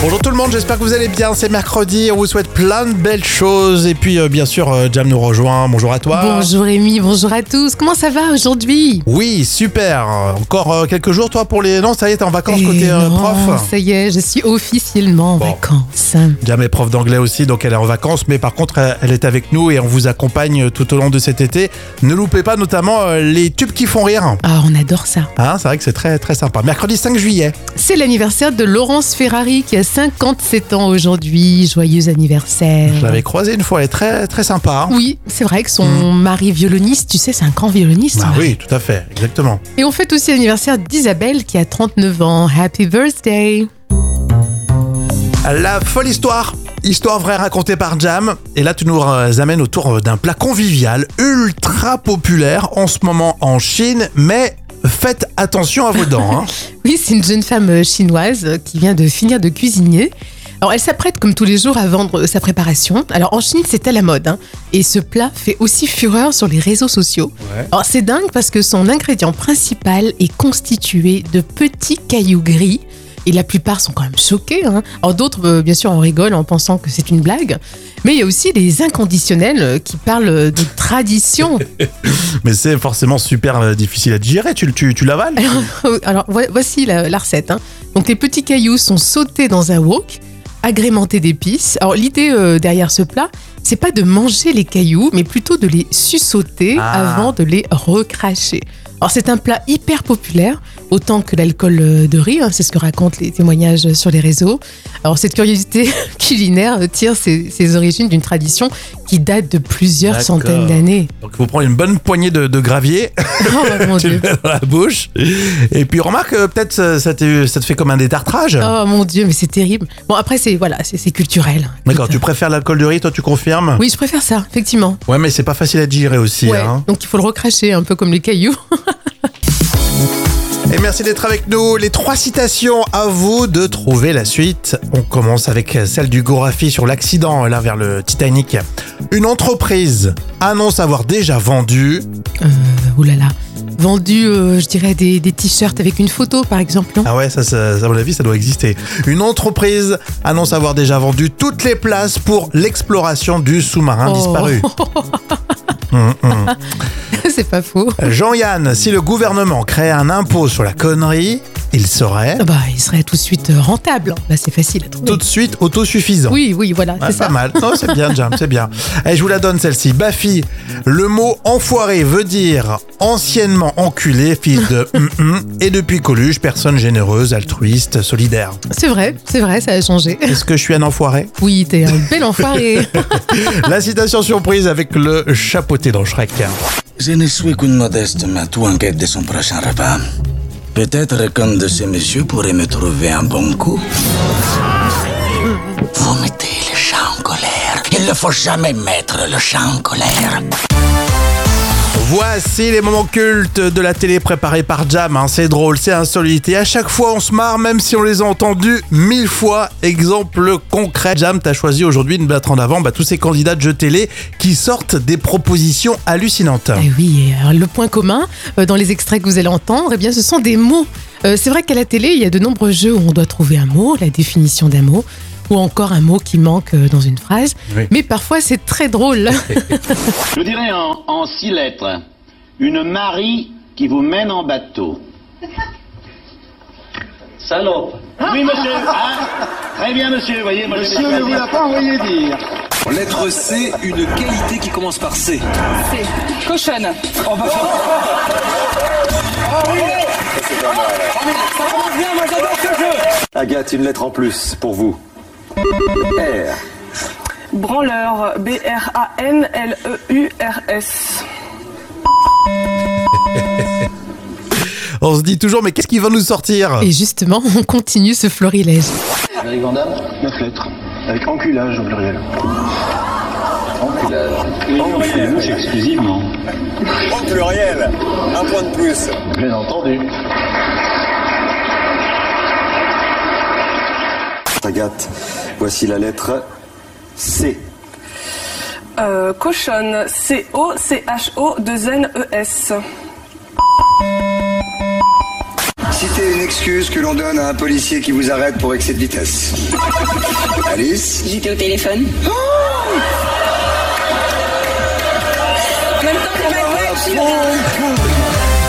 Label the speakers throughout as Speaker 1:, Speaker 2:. Speaker 1: Bonjour tout le monde, j'espère que vous allez bien. C'est mercredi, on vous souhaite plein de belles choses. Et puis, euh, bien sûr, euh, Jam nous rejoint. Bonjour à toi.
Speaker 2: Bonjour Rémi, bonjour à tous. Comment ça va aujourd'hui
Speaker 1: Oui, super. Encore euh, quelques jours, toi, pour les. Non, ça y est, t'es en vacances côté
Speaker 2: Eh
Speaker 1: euh,
Speaker 2: non,
Speaker 1: prof.
Speaker 2: Ça y est, je suis officiellement en
Speaker 1: Bon.
Speaker 2: vacances.
Speaker 1: Jam est prof d'anglais aussi, donc elle est en vacances. Mais par contre, elle- elle est avec nous et on vous accompagne euh, tout au long de cet été. Ne loupez pas notamment euh, les tubes qui font rire.
Speaker 2: Ah, on adore ça.
Speaker 1: Hein, c'est vrai que c'est très, très sympa. Mercredi 5 juillet.
Speaker 2: C'est l'anniversaire de Laurence Ferrari qui a 57 ans aujourd'hui. Joyeux anniversaire.
Speaker 1: Je l'avais croisée une fois, elle est très, très sympa. hein.
Speaker 2: Oui, c'est vrai que son mari violoniste, tu sais, c'est un grand violoniste. son
Speaker 1: Ah
Speaker 2: mari.
Speaker 1: oui, tout à fait, exactement.
Speaker 2: Et on fête aussi l'anniversaire d'Isabelle qui a 39 ans. Happy birthday
Speaker 1: La folle histoire, histoire vraie racontée par Jam. Et là, tu nous euh, amènes autour euh, d'un plat convivial ultra populaire en ce moment en Chine, mais faites attention à vos dents. hein.
Speaker 2: Oui, c'est une jeune femme euh, chinoise euh, qui vient de finir de cuisiner. Alors, elle s'apprête comme tous les jours à vendre euh, sa préparation. Alors, en Chine, c'est à la mode. hein. Et ce plat fait aussi fureur sur les réseaux sociaux.
Speaker 1: Ouais.
Speaker 2: Alors, c'est dingue parce que son ingrédient principal est constitué de petits cailloux gris. Et la plupart sont quand même choqués. hein. Alors, d'autres, euh, bien sûr, en rigolent en pensant que c'est une blague. Mais il y a aussi des inconditionnels euh, qui parlent euh, de tradition.
Speaker 1: Mais c'est forcément super euh, difficile à digérer, tu, tu, tu l'avales
Speaker 2: Alors vo- voici la, la recette. hein. Donc les petits cailloux sont sautés dans un wok, agrémentés d'épices. Alors l'idée euh, derrière ce plat, c'est pas de manger les cailloux, mais plutôt de les sussauter
Speaker 1: Ah.
Speaker 2: avant de les recracher. Alors c'est un plat hyper populaire, autant que l'alcool euh, de riz, hein, c'est ce que racontent les témoignages sur les réseaux. Alors cette curiosité culinaire tire ses, ses origines d'une tradition qui date de plusieurs
Speaker 1: D'accord.
Speaker 2: centaines d'années.
Speaker 1: Donc il faut prendre une bonne poignée de, de gravier,
Speaker 2: Oh mon
Speaker 1: tu le
Speaker 2: dieu.
Speaker 1: mets dans la bouche. Et puis remarque, euh, peut-être ça, ça te, ça te fait comme un détartrage.
Speaker 2: Oh mon dieu, mais c'est terrible. Bon après c'est voilà, c'est c'est culturel.
Speaker 1: D'accord, tu préfères l'alcool de riz, toi tu confirmes
Speaker 2: Oui, je préfère ça, effectivement.
Speaker 1: Ouais, mais c'est pas facile à digérer aussi.
Speaker 2: Ouais.
Speaker 1: hein.
Speaker 2: Donc il faut le recracher un peu comme les cailloux.
Speaker 1: Et merci d'être avec nous. Les trois citations à vous de trouver la suite. On commence avec celle du Gorafi sur l'accident là vers le Titanic. Une entreprise annonce avoir déjà vendu.
Speaker 2: Euh, Ouh là là. Vendu, euh, je dirais, des, des t-shirts avec une photo, par exemple. non
Speaker 1: Ah ouais, ça, ça, ça, à mon avis, ça doit exister. Une entreprise annonce avoir déjà vendu toutes les places pour l'exploration du sous-marin
Speaker 2: Oh.
Speaker 1: disparu. Hum, hum.
Speaker 2: c'est pas faux.
Speaker 1: Jean-Yann, si le gouvernement créait un impôt sur la connerie, il serait
Speaker 2: Ah Bah, il serait tout de suite euh, rentable. Bah, c'est facile à trouver.
Speaker 1: tout de suite Bah, autosuffisant.
Speaker 2: Oui, oui, voilà,
Speaker 1: Ouais,
Speaker 2: c'est ça.
Speaker 1: Pas mal. Non, c'est bien, Jam, c'est bien. Et je vous la donne celle-ci. Bafi, le mot enfoiré veut dire anciennement enculé, fils de hum-hum, et depuis Coluche, personne généreuse, altruiste, solidaire.
Speaker 2: C'est vrai, c'est vrai, ça a changé.
Speaker 1: Est-ce que je suis un enfoiré
Speaker 2: Oui, t'es un bel enfoiré.
Speaker 1: La citation surprise avec le chapeauté dans Shrek.
Speaker 3: Je ne suis qu'une modeste matou en quête de son prochain repas. Peut-être qu'un de ces messieurs pourrait me trouver un bon coup. Vous mettez le chat en colère. Il ne faut jamais mettre le chat en colère.
Speaker 1: Voici les moments cultes de la télé préparés par Jam. hein. C'est drôle, c'est insolite. Et à chaque fois, on se marre, même si on les a entendus mille fois. Exemple concret. Jam, t'as choisi aujourd'hui de mettre en avant bah, tous ces candidats de jeux télé qui sortent des propositions hallucinantes.
Speaker 2: Eh oui, et alors, le point commun euh, dans les extraits que vous allez entendre, eh bien, ce sont des mots. Euh, c'est vrai qu'à la télé, il y a de nombreux jeux où on doit trouver un mot, la définition d'un mot, ou encore un mot qui manque euh, dans une phrase.
Speaker 1: Oui.
Speaker 2: Mais parfois, c'est très drôle.
Speaker 4: Je dirais en, en six lettres. Une Marie qui vous mène en bateau. Salope. Oui, monsieur. Ah, très bien, monsieur. Voyez, moi, monsieur ne vous l'a pas envoyé dire.
Speaker 5: Lettre C, une qualité qui commence par C.
Speaker 6: C'est cochonne.
Speaker 5: Oh bah Ça commence bien, moi j'adore ce jeu
Speaker 7: Agathe, une lettre en plus pour vous. R.
Speaker 6: Branleur. E B-R-A-N-L-E-U-R-S.
Speaker 1: On se dit toujours, mais qu'est-ce qu'ils vont nous sortir
Speaker 2: Et justement, on continue ce florilège.
Speaker 4: Avec Vandame Neuf lettres. Avec enculage au pluriel. Enculage. Enculage exclusivement.
Speaker 7: En pluriel, un point de plus.
Speaker 4: Bien entendu.
Speaker 7: Agathe, voici la lettre C.
Speaker 6: Euh, cochonne. E C-O-C-H-O-2-N-E-S.
Speaker 8: Citez une excuse que l'on donne à un policier qui vous arrête pour excès de vitesse. Alice
Speaker 9: J'étais au téléphone. En même temps que ma voix, je suis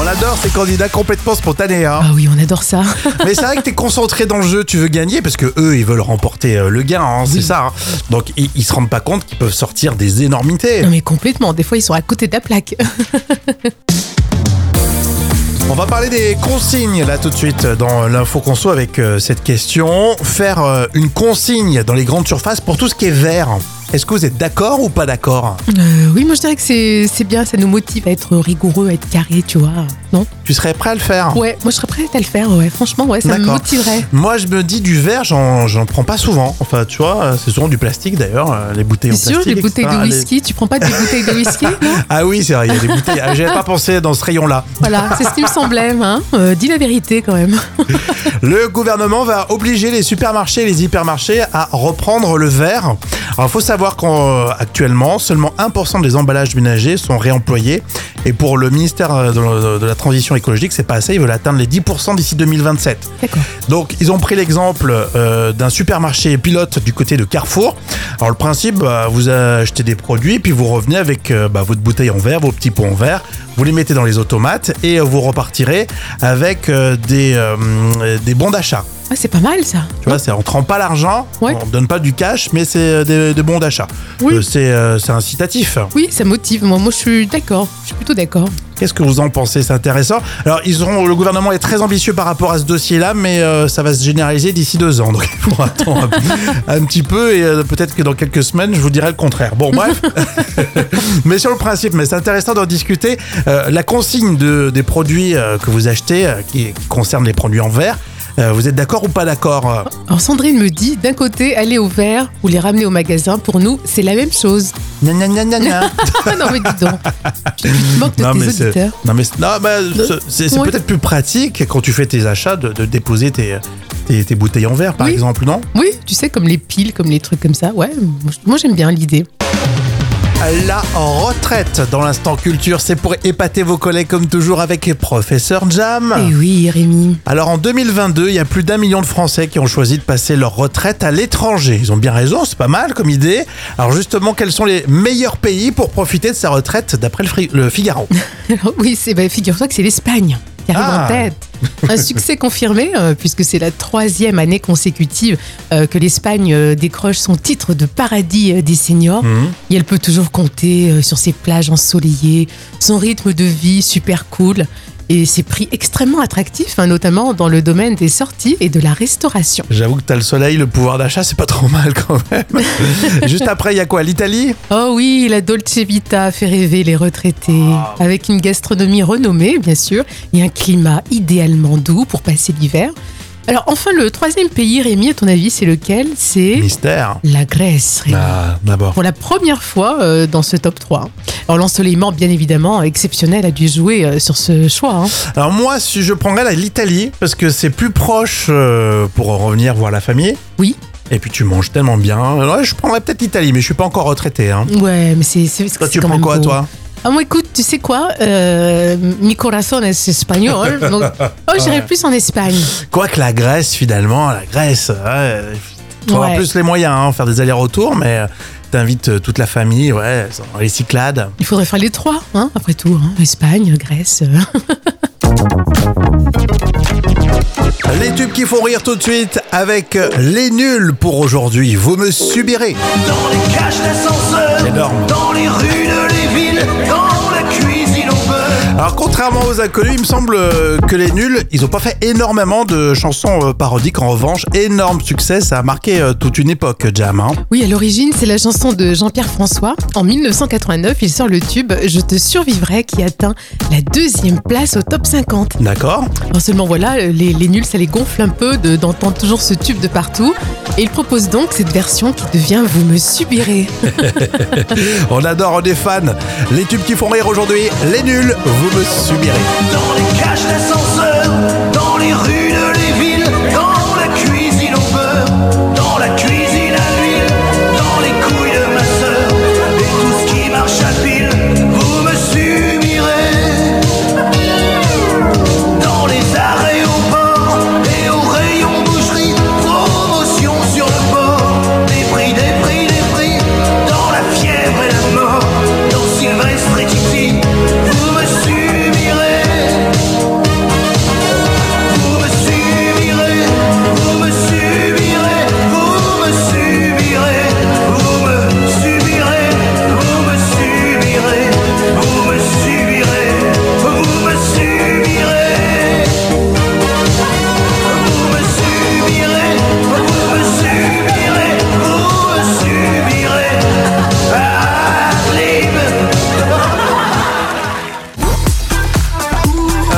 Speaker 1: On adore ces candidats complètement spontanés. Hein.
Speaker 2: Ah oui, on adore ça.
Speaker 1: Mais c'est vrai que t'es concentré dans le jeu, tu veux gagner parce que eux, ils veulent remporter euh, le gain, hein, c'est ça. hein. Donc ils, ils se rendent pas compte qu'ils peuvent sortir des énormités.
Speaker 2: Non mais complètement, des fois ils sont à côté de la plaque.
Speaker 1: On va parler des consignes là tout de suite dans l'info conso avec euh, cette question. Faire euh, une consigne dans les grandes surfaces pour tout ce qui est vert. Est-ce que vous êtes d'accord ou pas d'accord
Speaker 2: Euh, oui, moi je dirais que c'est c'est bien, ça nous motive à être rigoureux, à être carré, tu vois. Non
Speaker 1: Tu serais prêt à le faire
Speaker 2: Ouais, moi je serais prête à le faire, ouais. Franchement, ouais, ça me
Speaker 1: D'accord.
Speaker 2: motiverait.
Speaker 1: Moi, je me dis du verre, j'en j'en prends pas souvent. Enfin, tu vois, euh, c'est souvent du plastique d'ailleurs, euh, les bouteilles en
Speaker 2: T'es sûr,
Speaker 1: plastique.
Speaker 2: les bouteilles
Speaker 1: etc.,
Speaker 2: de
Speaker 1: les-
Speaker 2: whisky, tu prends pas des bouteilles de whisky non
Speaker 1: Ah oui, c'est vrai, il y a des bouteilles. Ah, J'avais pas pensé dans ce rayon-là.
Speaker 2: Voilà, c'est ce qui me semblait, hein. Euh, dis la vérité quand même.
Speaker 1: Le gouvernement va obliger les supermarchés et les hypermarchés à reprendre le verre. Alors, faut savoir qu'actuellement, seulement 1% des emballages ménagers sont réemployés. Et pour le ministère euh, de de la Transition écologique, c'est pas assez. Ils veulent atteindre les 10% d'ici 2027.
Speaker 2: D'accord.
Speaker 1: Donc, ils ont pris l'exemple euh, d'un supermarché pilote du côté de Carrefour. Alors, le principe, bah, vous achetez des produits, puis vous revenez avec euh, bah, votre bouteille en verre, vos petits pots en verre, vous les mettez dans les automates et euh, vous repartirez avec euh, des, euh, des bons d'achat.
Speaker 2: Ah, c'est pas mal ça.
Speaker 1: Tu vois, c'est- on ne prend pas l'argent,
Speaker 2: Ouais.
Speaker 1: on ne donne pas du cash, mais c'est euh, des, des bons d'achat.
Speaker 2: Oui.
Speaker 1: Euh, C'est euh, c'est incitatif.
Speaker 2: Oui, ça motive. Moi, moi je suis d'accord. Je suis plutôt d'accord.
Speaker 1: Qu'est-ce que vous en pensez C'est intéressant. Alors, ils auront, le gouvernement est très ambitieux par rapport à ce dossier-là, mais euh, ça va se généraliser d'ici deux ans. Donc, il faut attendre un, un petit peu et euh, peut-être que dans quelques semaines, je vous dirai le contraire. Bon, bref. mais sur le principe, mais c'est intéressant d'en discuter. Euh, la consigne de, des produits euh, que vous achetez, euh, qui, qui concerne les produits en verre, euh, vous êtes d'accord ou pas d'accord euh
Speaker 2: Alors Sandrine me dit, d'un côté, aller au verre ou les ramener au magasin, pour nous, c'est la même chose.
Speaker 1: Gna, gna, gna, gna, gna.
Speaker 2: Ah non, mais dis donc. Tu te moques de
Speaker 1: Non,
Speaker 2: tes
Speaker 1: mais c'est-
Speaker 2: auditeurs.
Speaker 1: non, mais c'est- non, bah, c'est- c'est c'est
Speaker 2: Ouais.
Speaker 1: peut-être plus pratique quand tu fais tes achats de, de déposer tes, tes, tes bouteilles en verre, par
Speaker 2: Oui.
Speaker 1: exemple, non
Speaker 2: Oui, tu sais, comme les piles, comme les trucs comme ça. Ouais, moi, je- moi j'aime bien l'idée.
Speaker 1: La retraite dans l'instant culture, c'est pour épater vos collègues comme toujours avec Professeur
Speaker 2: Eh
Speaker 1: Jam.
Speaker 2: oui, Rémi.
Speaker 1: Alors en 2022, il y a plus d'un million de Français qui ont choisi de passer leur retraite à l'étranger. Ils ont bien raison, c'est pas mal comme idée. Alors justement, quels sont les meilleurs pays pour profiter de sa retraite d'après le, Fri- le Figaro
Speaker 2: Alors, oui, c'est, bah, figure-toi que c'est l'Espagne qui arrive
Speaker 1: Ah.
Speaker 2: en tête. Un succès confirmé, euh, puisque c'est la troisième année consécutive euh, que l'Espagne euh, décroche son titre de paradis euh, des seniors. Et elle peut toujours compter euh, sur ses plages ensoleillées, son rythme de vie super cool et ses prix extrêmement attractifs, hein, notamment dans le domaine des sorties et de la restauration.
Speaker 1: J'avoue que t'as le soleil, le pouvoir d'achat, c'est pas trop mal quand même. Juste après, il y a quoi L'Italie
Speaker 2: Oh oui, la Dolce Vita fait rêver les retraités.
Speaker 1: Ah,
Speaker 2: Avec une gastronomie renommée, bien sûr, et un climat idéalement doux pour passer l'hiver. Alors enfin, le troisième pays, Rémi, à ton avis, c'est lequel C'est
Speaker 1: Mystère.
Speaker 2: la Grèce, Rémi.
Speaker 1: Ah, d'abord.
Speaker 2: Pour la première fois euh, dans ce top 3. Alors l'ensoleillement, bien évidemment, exceptionnel, a dû jouer euh, sur ce choix. hein.
Speaker 1: Alors moi, si je prendrais la- l'Italie parce que c'est plus proche euh, pour revenir voir la famille.
Speaker 2: Oui.
Speaker 1: Et puis tu manges tellement bien. Alors, je prendrais peut-être l'Italie, mais je suis pas encore retraité. Hein.
Speaker 2: Ouais, mais c'est... c'est-
Speaker 1: Toi,
Speaker 2: c'est
Speaker 1: tu
Speaker 2: quand
Speaker 1: prends
Speaker 2: même
Speaker 1: quoi,
Speaker 2: beau.
Speaker 1: toi
Speaker 2: Ah, moi, écoute, tu sais quoi euh, Mi corazón es espagnol. Donc, oh, j'irais plus en Espagne.
Speaker 1: Quoi que la Grèce, finalement, la Grèce. Ouais, tu auras
Speaker 2: Ouais.
Speaker 1: plus les moyens, hein, faire des allers-retours, mais euh, t'invites euh, toute la famille, ouais, dans les Cyclades.
Speaker 2: Il faudrait faire les trois, hein, après tout. hein. Espagne, Grèce. euh.
Speaker 1: Les tubes qui font rire tout de suite avec euh, les nuls pour aujourd'hui. Vous me subirez.
Speaker 5: Dans les cages
Speaker 1: C'est
Speaker 5: d'ascenseur,
Speaker 1: énorme.
Speaker 5: dans les rues de les villes, dans la cuisine au beurre.
Speaker 1: Alors contrairement aux inconnus, il me semble euh, que les nuls, ils ont pas fait énormément de chansons euh, parodiques. En revanche, énorme succès, ça a marqué euh, toute une époque, Jam. hein.
Speaker 2: Oui, à l'origine, c'est la chanson de Jean-Pierre François. En 1989, il sort le tube Je te survivrai qui atteint la deuxième place au top 50.
Speaker 1: D'accord
Speaker 2: Alors seulement voilà, les, les nuls, ça les gonfle un peu de- d'entendre toujours ce tube de partout. Et il propose donc cette version qui devient Vous me subirez.
Speaker 1: On adore, on est fan. Les tubes qui font rire aujourd'hui, les nuls, vous me subirez.
Speaker 5: Dans les cages d'ascenseur, dans les rues de les villes, dans la cuisine au beurre, dans la cuisine à l'huile, dans les couilles de ma sœur, et tout ce qui marche à pile, vous me subirez. Dans les arrêts au port,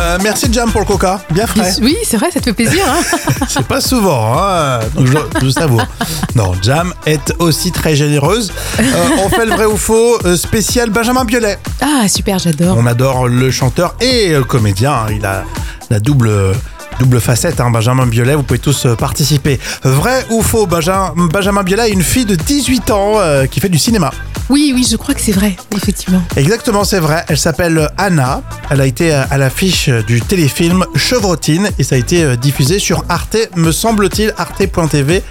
Speaker 1: Euh, merci Jam pour le coca, bien frais.
Speaker 2: Oui, c'est vrai, ça te fait plaisir. hein.
Speaker 1: C'est pas souvent, hein donc je, je savoure. Non, Jam est aussi très généreuse. Euh, on fait le vrai ou faux euh, spécial Benjamin Biolay.
Speaker 2: ah, super, j'adore.
Speaker 1: On adore le chanteur et le comédien. hein. Il a la double, double facette, hein, Benjamin Biolay. Vous pouvez tous euh, participer. Vrai ou faux, Benja- Benjamin Biolay a une fille de 18 ans euh, qui fait du cinéma.
Speaker 2: Oui, oui, je crois que c'est vrai, effectivement.
Speaker 1: Exactement, c'est vrai. Elle s'appelle Anna. Elle a été euh, à à l'affiche du téléfilm Chevrotine et ça a été euh, diffusé sur Arte, me semble-t-il, arte.tv.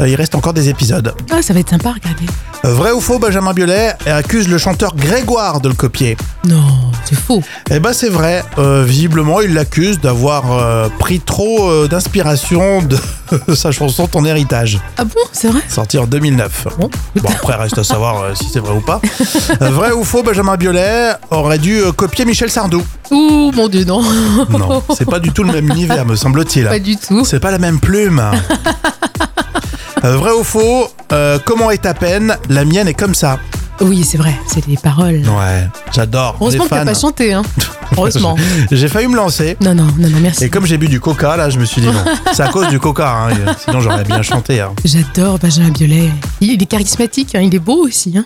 Speaker 1: Euh, Il reste encore des épisodes.
Speaker 2: Ah, ça va être sympa à regarder.
Speaker 1: Euh, Vrai ou faux, Benjamin Biolay accuse le chanteur Grégoire de le copier.
Speaker 2: Non, c'est faux.
Speaker 1: Eh ben c'est vrai, Euh, visiblement il l'accuse d'avoir euh, pris trop euh, d'inspiration de sa chanson Ton héritage,
Speaker 2: Ah bon, c'est vrai
Speaker 1: sortie en 2009.
Speaker 2: Bon,
Speaker 1: Bon, après, reste à savoir euh, si c'est vrai ou pas. Euh, vrai ou faux, Benjamin Biolay aurait dû euh, copier Michel Sardou.
Speaker 2: Ouh, Oh, mon dieu, non.
Speaker 1: Non, c'est pas du tout le même univers, me semble-t-il.
Speaker 2: Pas du tout.
Speaker 1: C'est pas la même plume. Euh, vrai ou faux, euh, comment est ta peine La mienne est comme ça.
Speaker 2: Oui, c'est vrai, c'est les paroles.
Speaker 1: Ouais, j'adore. on est
Speaker 2: Heureusement que t'as
Speaker 1: fan.
Speaker 2: pas chanté, hein. Heureusement.
Speaker 1: J'ai failli me lancer.
Speaker 2: Non, non, non, non, merci.
Speaker 1: Et comme j'ai bu du coca, là, je me suis dit non. C'est à cause du coca, hein, sinon j'aurais bien chanté. hein.
Speaker 2: J'adore Benjamin Biolay. Il il est charismatique, hein, il est beau aussi. Hein.